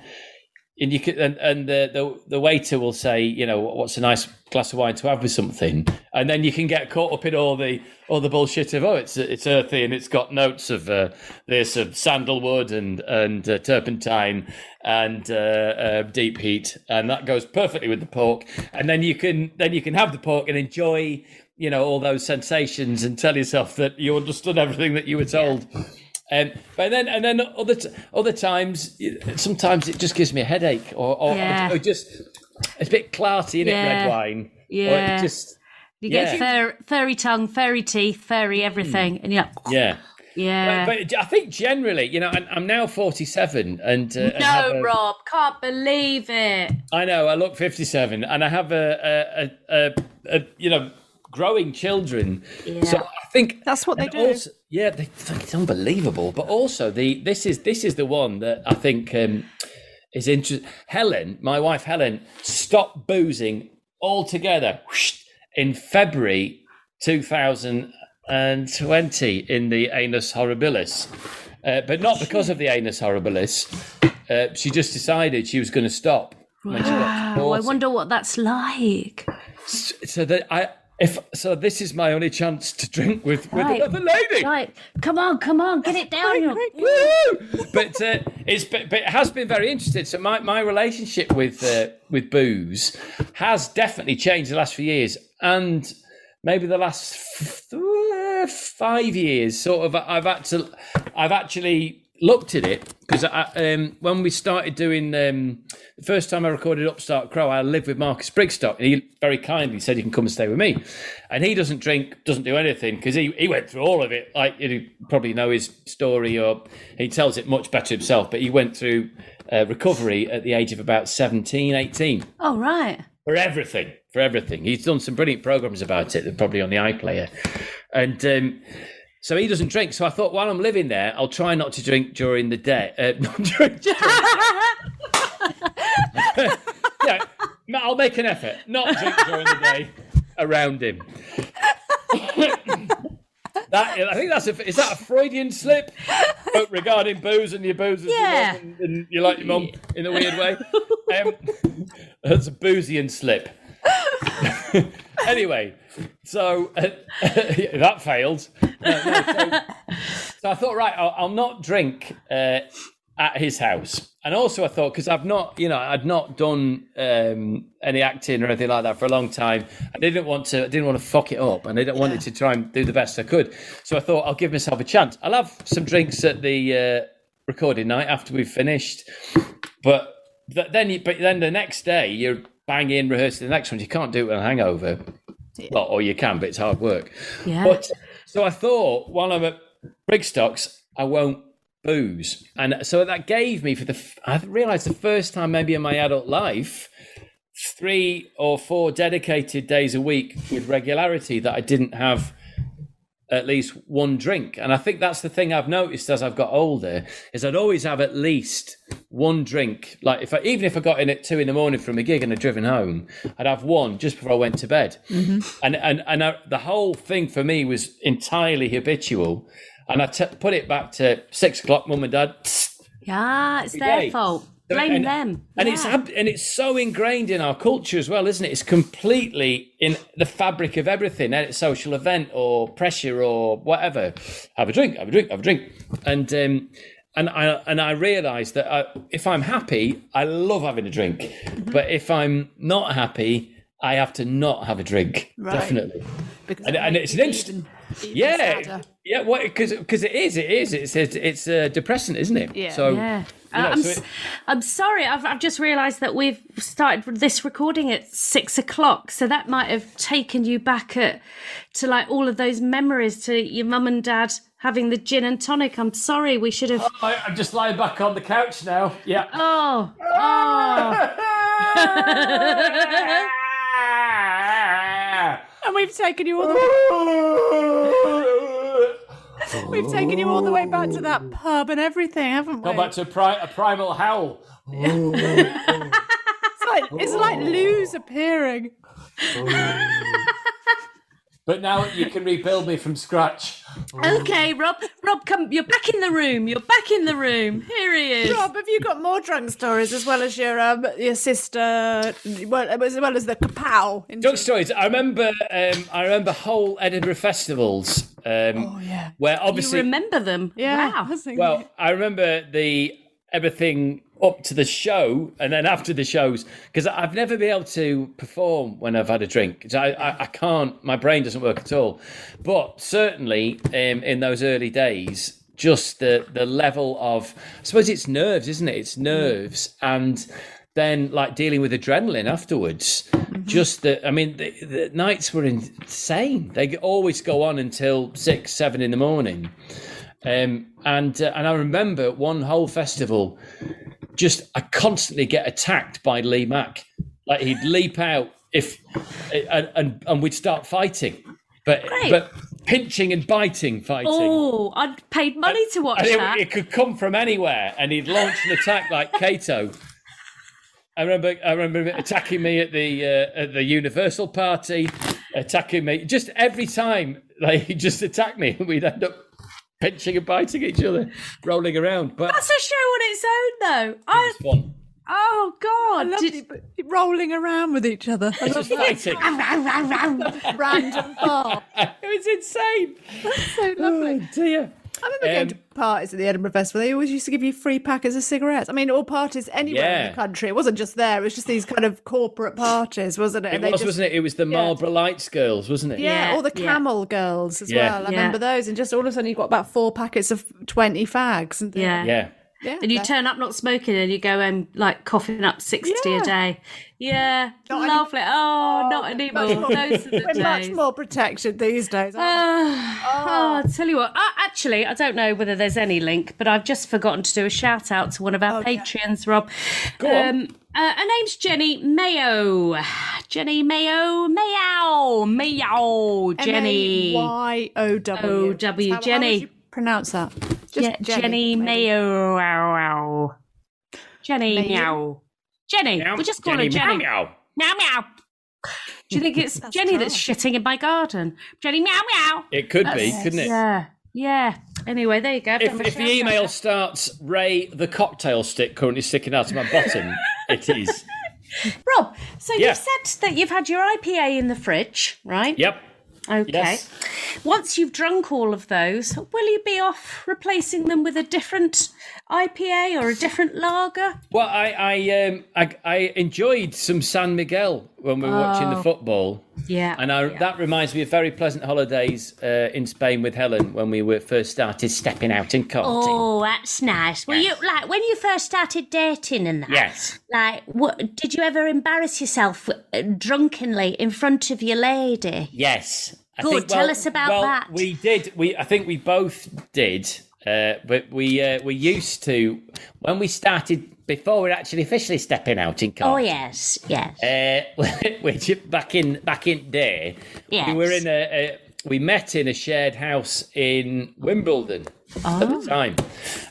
and you could and, and the, the the waiter will say, you know, what's a nice glass of wine to have with something, and then you can get caught up in all the all the bullshit of oh, it's it's earthy and it's got notes of uh, this of sandalwood and and uh, turpentine and uh, uh, deep heat, and that goes perfectly with the pork, and then you can then you can have the pork and enjoy you know all those sensations and tell yourself that you understood everything that you were told. Um, but then, and then other t- other times, y- sometimes it just gives me a headache, or or,
Yeah.
or just it's a bit clarty in it,
Yeah.
red wine. or
Yeah.
it just
You
Yeah.
get fair, fairy tongue, fairy teeth, fairy everything, and you're like,
Hmm. yeah.
yeah.
But I think generally, you know, and I'm now 47, and uh, and have
no,
a-
Rob, can't believe it.
I know I look 57, and I have a a, a, a, a you know growing children. So
Yeah.
I think
That's what they
and
do.
also- yeah, they, it's unbelievable. But also the this is this is the one that I think um, is interesting. Helen, my wife Helen, stopped boozing altogether whoosh, in February 2020 in the anus horribilis. Uh, but not because of the anus horribilis. Uh, she just decided she was going to stop. when she got to
Oh, I
40.
wonder what that's like.
So that I, if so, this is my only chance to drink with, with
Right.
another lady.
Like, come on, come on, get it down. you-
Woo! but uh, it's but, but it has been very interesting. So my, my relationship with uh, with booze has definitely changed the last few years, and maybe the last f- f- five years. Sort of, I've had to, I've actually looked at it because um, when we started doing um, the first time I recorded Upstart Crow, I lived with Marcus Brigstock, and he very kindly said, "You can come and stay with me." And he doesn't drink, doesn't do anything because he, he went through all of it. Like you probably know his story, or he tells it much better himself. But he went through uh, recovery at the age of about 17, 18
Oh, right.
for everything, for everything. He's done some brilliant programs about it. They're probably on the iPlayer, and um, so he doesn't drink. So I thought while I'm living there, I'll try not to drink during the day. Uh, not during, yeah, I'll make an effort not drink during the day around him. that I think that's a is that a Freudian slip But regarding booze and your booze as
Yeah.
your mum and, and you like your mum in a weird way. Um, that's a Boozian slip. anyway, so uh, that failed. No, no, so, so I thought, right, I'll, I'll not drink uh, at his house. And also, I thought because I've not, you know, I'd not done um, any acting or anything like that for a long time. I didn't want to, I didn't want to fuck it up, and I didn't wanted to try and do the best I could. So I thought I'll give myself a chance. I'll have some drinks at the uh, recording night after we've finished, but th- then, you, but then the next day you're banging rehearsing the next one. You can't do it with a hangover, well, or you can, but it's hard work.
Yeah.
But so I thought while I'm at Brigstocks, I won't booze, and so that gave me for the f- I realised the first time maybe in my adult life three or four dedicated days a week with regularity that I didn't have at least one drink. And I think that's the thing I've noticed as I've got older is I'd always have at least one drink. Like if I, even if I got in at two in the morning from a gig and I'd driven home, I'd have one just before I went to bed. And and and I, the whole thing for me was entirely habitual. And I t- put it back to six o'clock. Mum and Dad,
Yeah, it's
every
their
day.
fault.
So-
Blame
and-
them.
And it's
Yeah.
ab- and it's so ingrained in our culture as well, isn't it? It's completely in the fabric of everything. eh, social event or pressure or whatever. Have a drink. Have a drink. Have a drink. And um, and I and I realise that I, if I'm happy, I love having a drink.
Mm-hmm.
But if I'm not happy, I have to not have a drink.
Right.
Definitely.
Because
And-
that
and
makes it
it's an inst-
even- even
Yeah.
sadder.
Yeah. What? Because it is. It is. It's it's, it's a depressant, isn't it?
Yeah.
So
Yeah.
you know,
Uh, I'm,
so
s
it-
am sorry, I've, I've just realised that we've started this recording at six o'clock, so that might have taken you back at, to like all of those memories to your mum and dad having the gin and tonic. I'm sorry, we should have.
I, I'm just lying back on the couch now. Yeah.
Oh, oh.
And we've taken you all the way, we've taken you all the way back to that pub and everything, haven't we?
Come back to a, pri- a primal howl.
It's like it's like Lou's appearing.
But now you can rebuild me from scratch.
okay, Rob. Rob, come. You're back in the room. You're back in the room. Here he is.
Rob, have you got more drunk stories as well as your um, your sister, well, as well as the kapow? in-
Drug stories. I remember. Um, I remember whole Edinburgh festivals. Um,
Oh, yeah.
Where
you
obviously,
remember them?
Yeah. I
Wow.
was thinking-
well, I remember the everything up to the show and then after the shows because I've never been able to perform when I've had a drink. 'Cause I, I, I can't. My brain doesn't work at all. But certainly um, in those early days, just the the level of I suppose it's nerves, isn't it? It's nerves and. Then, like dealing with adrenaline afterwards, just the I mean, the, the nights were insane. They always go on until six, seven in the morning. Um, and uh, and I remember one whole festival, just I constantly get attacked by Lee Mack. Like he'd leap out if and and, and we'd start fighting, but
Great.
but pinching and biting fighting.
Oh, I'd paid money to watch
And
that.
it, it could come from anywhere, and he'd launch an attack like Kato. I remember, I remember him attacking me at the uh, at the Universal party, attacking me just every time. Like he just attacked me, and we'd end up pinching and biting each other, rolling around. But
That's a show on its own, though. I,
it's fun.
oh God!
Lovely,
Did-
but rolling around with each other. I love
Just fighting. it
that random bar.
was insane.
So lovely.
Oh dear.
I remember
Um,
going to parties at the Edinburgh Festival. They always used to give you free packets of cigarettes. I mean, all parties anywhere in
Yeah.
the country. It wasn't just there. It was just these kind of corporate parties, wasn't it?
It was, wasn't it? It was the Marlborough Lights girls, wasn't it?
Yeah,
Yeah,
all the
yeah.
camel girls as
Yeah.
well. I
Yeah.
remember those. And just all of a sudden, you got about four packets of 20 fags. And
yeah.
Yeah.
yeah.
And you
that-
turn up not smoking and you go um like coughing up 60
Yeah.
a day. Yeah.
Not any-
lovely. oh, not
much
anymore.
more-
Those are the Ah,
We're much
days.
more protected these days. aren't we?
Oh, I'll tell you what. I, actually, I don't know whether there's any link, but I've just forgotten to do a shout out to one of our patrons, Rob. Oh, Go
on.
uh, her name's Jenny Mayo. Jenny Mayo. Mayo. Mayo. Jenny.
M-A-Y-O-W.
O-W,
How- how would
Jenny.
you pronounce that? Just
Yeah, Jenny, Mayo. Wow, wow. Jenny Meow. Jenny. We'll just call her Jenny.
Meow.
Meow meow. Do you think it's Jenny that's shitting in my garden? Jenny meow meow.
It could be, couldn't it?
Yeah, yeah. Anyway, there you go. I've done
if,
my
if the
shout-out.
email starts Ray the cocktail stick currently sticking out of my bottom, it is.
Rob, so
Yeah.
you've said that you've had your IPA in the fridge, right?
Yep.
Okay.
Yes.
Once you've drunk all of those, will you be off replacing them with a different IPA or a different lager?
Well, I I, um, I I enjoyed some San Miguel when we were watching the football.
Oh. Yeah.
And I, that reminds me of very pleasant holidays uh, in Spain with Helen when we were first started stepping out and karting.
Oh, that's nice. Well, you like when you first started dating and that.
Yes.
Like, what did you ever embarrass yourself uh, drunkenly in front of your lady?
Yes. I
Good, tell us about
well,
that.
We did. We I think we both did, uh, but we uh, we used to when we started before we we're actually officially stepping out in karting.
Oh yes, yes.
Eh, Uh, which back in back in day,
Yes.
we were in a, a we met in a shared house in Wimbledon at
Oh.
the time,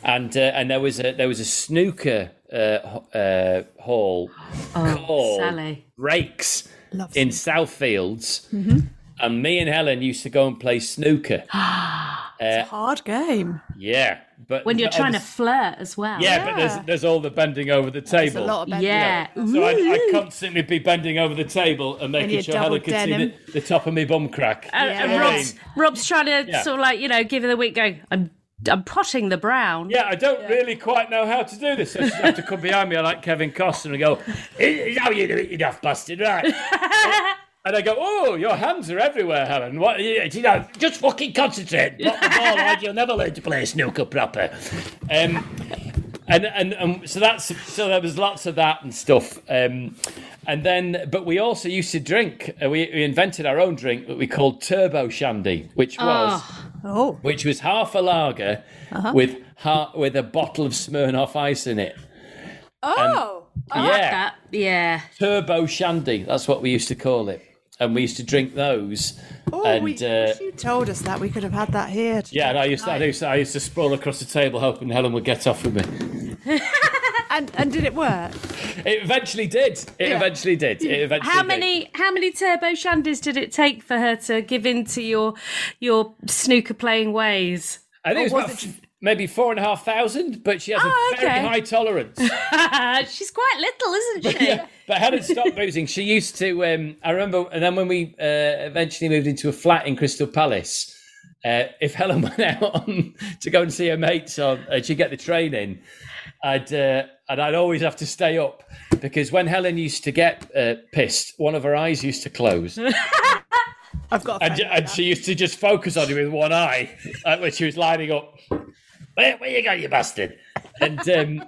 and uh, and there was a there was a snooker uh, uh, hall called
Oh, Sally. Mm-hmm.
Rakes
Love
in Southfields, and me and Helen used to go and play snooker.
Hard game.
Yeah, but
When you're
but
trying to
obviously-
flirt as well.
yeah, but
Yeah.
there's there's all the bending over the table.
It's a lot of bending.
Yeah.
So I'd, I'd constantly be bending over the table and making
your
sure Helen
double
could
denim.
see the, the top of me bum crack.
And, Uh, and
Yeah.
Rob's, Rob's trying to
Yeah.
sort of like, you know, give her the wink, going, I'm, I'm potting the brown.
Yeah, I don't really quite know how to do this. So she'd have to come behind me like Kevin Costner and go, "Here's how you do it, you daft bastard, right? and I go, oh, your hands are everywhere, Helen. What, you know, just fucking concentrate. Drop the ball, or you'll never learn to play snooker proper. Um, and, and and so that's so there was lots of that and stuff. Um, and then, but we also used to drink. Uh, we, we invented our own drink that we called Turbo Shandy, which was
Ah.
Oh,
which was half a lager
Uh-huh.
with ha- with a bottle of Smirnoff Ice in it.
oh,
yeah,
That, yeah.
turbo shandy. That's what we used to call it, and we used to drink those.
oh!
and
we,
uh,
if you told us that we could have had that here.
yeah, and I used to, I used to I used to sprawl across the table hoping Helen would get off with me.
and and did it work?
It eventually did. It
Yeah.
eventually did. It eventually.
How
did.
many how many turbo shandies did it take for her to give in to your your snooker playing ways?
I think it
Or
was,
was
about
it-
f- maybe four and a half thousand, but she has
Oh,
a very
okay.
high tolerance.
She's quite little, isn't she?
yeah, but Helen stopped boozing. She used to. Um, I remember, and then when we uh, eventually moved into a flat in Crystal Palace, uh, if Helen went out on, to go and see her mates, or uh, she'd get the train in, I'd uh, and I'd always have to stay up because when Helen used to get uh, pissed, one of her eyes used to close, and,
I've got. A
j-
friend.
and she used to just focus on you with one eye like when she was lining up. Where, where you go, you bastard? And um,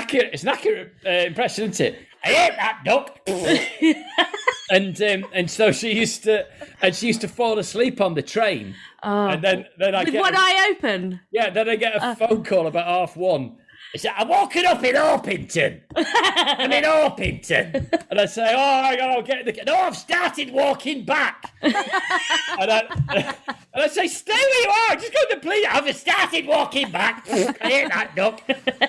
accurate, it's an accurate uh, impression, isn't it? I ate that duck. and um, and so she used to and she used to fall asleep on the train. and then then I
Oh. With
get
one
a,
eye open.
yeah then I get a phone call about half one. It's like, I'm walking up in Orpington. I'm in Orpington. And I say, oh, hang on, I'll get the... No, I've started walking back. and, I, and I say, stay where you are. Just go to the police. I've started walking back. I hate that duck.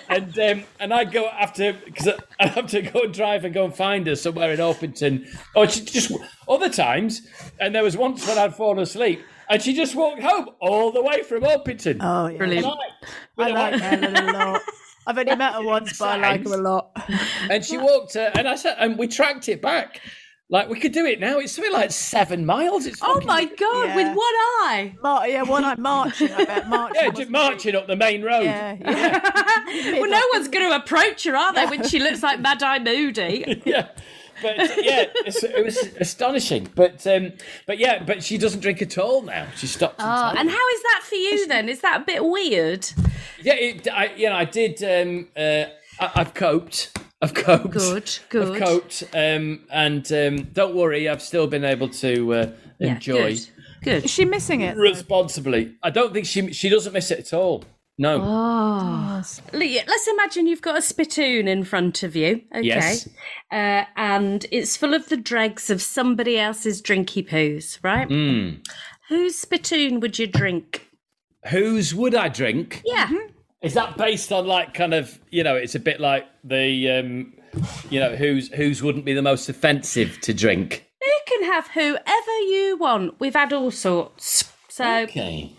and um, and I go after... Because I have to go and drive and go and find her somewhere in Orpington. Or she just... Other times, and there was once when I'd fallen asleep, and she just walked home all the way from Orpington.
oh, yeah.
Brilliant.
Like, with
I
a
like
white
Helen a lot. I've only met her once, but I like her a lot.
and she walked uh, and I said and we tracked it back like we could do it now it's something like seven miles it's
Oh
fucking-
my god,
Yeah.
with one eye.
Mar- yeah, one night marching. I bet marching.
yeah
was-
just marching up the main road
yeah, yeah.
Well, no one's going to approach her, are they, when she looks like Mad Eye Moody?
yeah but yeah it's, it was astonishing but um but yeah but she doesn't drink at all now she stopped
Oh,
entirely.
and how is that for you then? Is that a bit weird?
yeah it, I you know I did um uh I, I've coped I've coped
Good, good.
I've coped um and um don't worry I've still been able to uh,
Yeah,
enjoy
Good. good.
Is she missing it?
responsibly I don't think she she doesn't miss it at all no
Look, Let's imagine you've got a spittoon in front of you. Okay.
Yes.
Uh, and it's full of the dregs of somebody else's drinky poos, right?
Hmm.
Whose spittoon would you drink?
Whose would I drink?
Yeah.
Is that based on like kind of you know? It's a bit like the um, you know whose whose wouldn't be the most offensive to drink.
You can have whoever you want. We've had all sorts. So
Okay.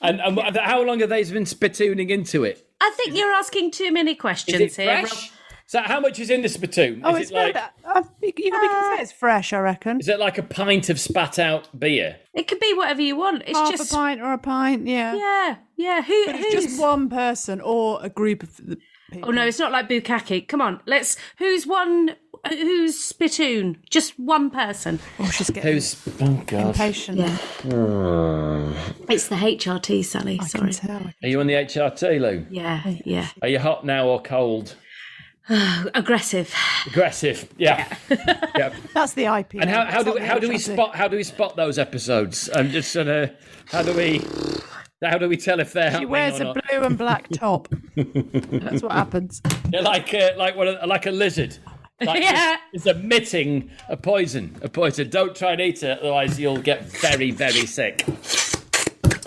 And, and what- how long have they been spitooning into it?
I think you're asking too many questions
Is it
here. Rob.
fresh? So how much is in the spittoon?
Oh,
is
it's
it like Ah.
better. I think you can say it's fresh. I reckon.
is it like a pint of spat out beer?
It could be whatever you want. It's
Half
just
a pint or a pint. Yeah.
yeah, yeah. Who?
But it's
who's-
just one person or a group of the people.
Oh no, it's not like bukkake. Come on, let's. Who's one? Who's spittoon? Just one person.
Oh, she's getting
Who's oh god?
patient.
It's the HRT, Sally.
I
sorry.
can tell.
Are you on the HRT, Lou?
Yeah, yeah.
Are you hot now or cold?
Aggressive.
Aggressive. Yeah. yeah.
That's the IP.
And how, how do we, how do we spot how do we spot those episodes? I'm just trying to how do we how do we tell if they're
She
happening
wears a
or not?
blue and black top. That's what happens.
They're like uh, like one of, like a lizard. Like,
Yeah.
It's admitting a poison. A poison. Don't try and eat it, otherwise you'll get very, very sick.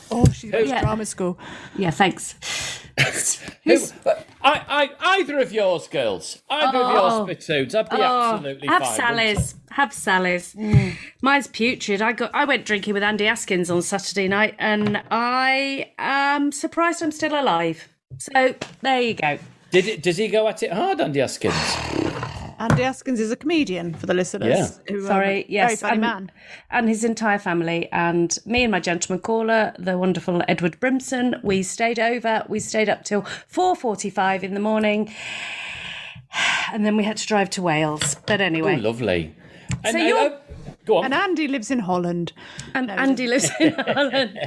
Oh, she's going
Yeah.
to drama school.
Yeah, thanks.
Who, I, I, either of yours, girls. Either
Oh.
of your spittoons. I'd be absolutely
have
fine. wouldn't
Sally's. Have Sally's.
Mm.
Mine's putrid. I got. I went drinking with Andy Askins on Saturday night, and I am surprised I'm still alive. So there you go.
I? Did it, does he go at it hard, Andy Askins?
Andy Askins is a comedian for the listeners.
Yeah.
who, um,
Sorry. yes,
Very funny
and,
man.
and his entire family, and me and my gentleman caller, the wonderful Edward Brimson. We stayed over. We stayed up till four forty-five in the morning, and then we had to drive to Wales. But
Oh,
anyway,
lovely. And,
So
and-
you're-
uh, go on.
And Andy lives in Holland.
and Andy lives in Ireland.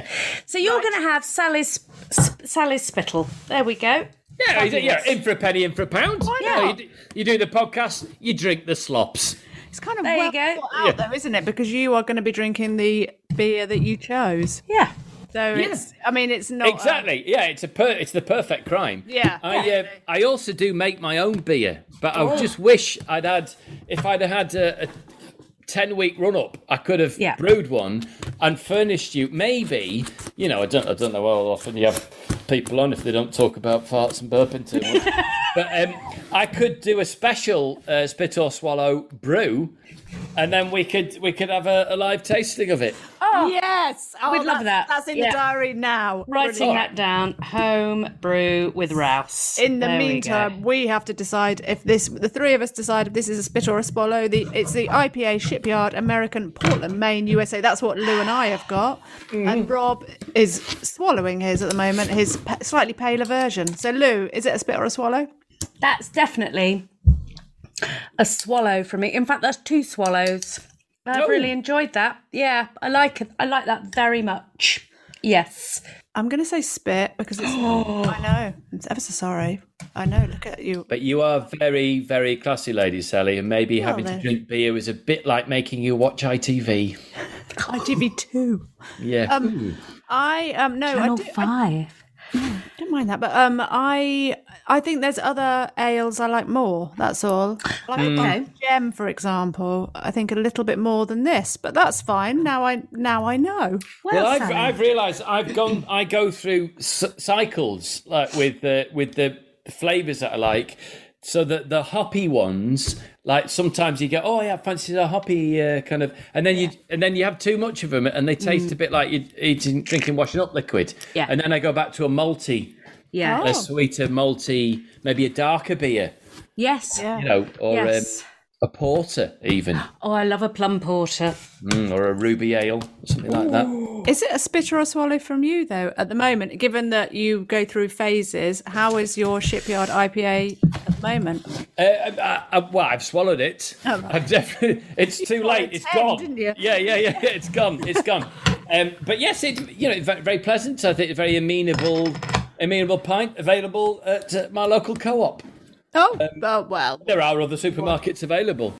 So you're going to have Sally's sp- Sally's spittle. There we go.
yeah, you do- yeah, in for a penny, in for a pound. Why
not?
You, do, you do the podcast, you drink the slops.
It's kind of
There
well
you go.
thought out, though, isn't it? Because you are going to be drinking the beer that you chose.
Yeah.
So it's, I mean, it's not uh,
Exactly. yeah, it's a per- it's the perfect crime.
Yeah. Oh.
I uh, I also do make my own beer, but I just wish I'd had if I'd had a. a 10 week run up I could have
Yeah.
brewed one and furnished you maybe you know I don't I don't know how often you have people on if they don't talk about farts and burping too much but um, I could do a special uh, spit or swallow brew and then we could we could have a, a live tasting of it
yes, oh,
We'd love
that's-
that.
That's in
Yeah.
the diary now.
Writing
Brilliant.
that down. Home brew with Rouse.
In the
There we
meantime,
go.
we, have to decide if this. The three of us decide if this is a spit or a swallow. The it's the IPA Shipyard American Portland, Maine, USA. That's what Lou and I have got. And
Mm-hmm.
Rob is swallowing his at the moment. His pa- slightly paler version. So Lou, is it a spit or a swallow?
that's definitely a swallow for me. In fact, that's two swallows. I've
Oh.
really enjoyed that. Yeah, I like it. I like that very much. Yes.
I'm going to say spit because it's. I know. I'm ever so sorry. I know. Look at you.
But you are very, very classy, lady Sally, and maybe having to
then.
drink beer is a bit like making you watch ITV.
ITV two.
Yeah.
I um no. I
Channel
do,
five.
don't mind that, but um, I I think there's other ales I like more. That's all. Like
Okay.
Gem, for example, I think a little bit more than this, but that's fine. Now I now I know.
well, I've,
Sally.
I've realised I've gone. I go through s- cycles like with the with the flavours that I like. So the the hoppy ones, like sometimes you get, oh yeah, I fancy a hoppy uh, kind of, and then you and then you have too much of them, and they taste a bit like you're eating, drinking, washing up liquid.
Mm. Yeah. Oh.
And then I go back to a malty,
Yeah.
a sweeter malty, maybe a darker beer,
Yes.
you know, or um,
Yes.
a porter even
oh, I love a plum porter.
Mm, or a ruby ale or something like that
Is it a spit or a swallow from you though? At the moment, given that you go through phases, how is your shipyard IPA at the moment?
uh, I, I, well i've swallowed it i've definitely it's too late
Oh, swallowed
it's
10,
gone
didn't you?
yeah yeah yeah yeah, it's gone it's gone um, but yes it you know ve- very pleasant i think very amenable amenable pint available at uh, my local co-op
Oh, oh well.
there are other supermarkets available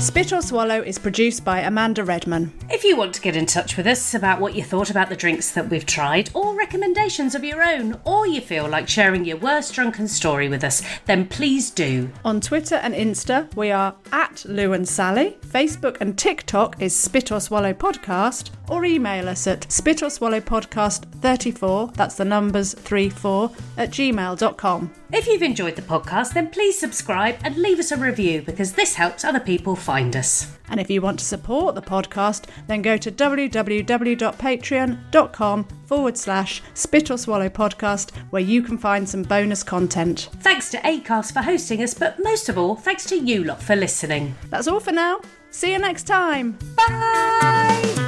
Spit or Swallow is produced by Amanda Redman.
If you want to get in touch with us about what you thought about the drinks that we've tried, or recommendations of your own, or you feel like sharing your worst drunken story with us, then please do.
On Twitter and Insta, we are at Lou and Sally. Facebook and TikTok is Spit or Swallow Podcast, or email us at spit or swallow podcast 34, that's the numbers 34, at gmail.com.
If you've enjoyed the podcast, then please subscribe and leave us a review because this helps other people find us.
And if you want to support the podcast, then go to www.patreon.com forward slash spit or swallow podcast, where you can find some bonus content.
Thanks to ACAST for hosting us, but most of all, thanks to you lot for listening.
That's all for now. See you next time.
Bye!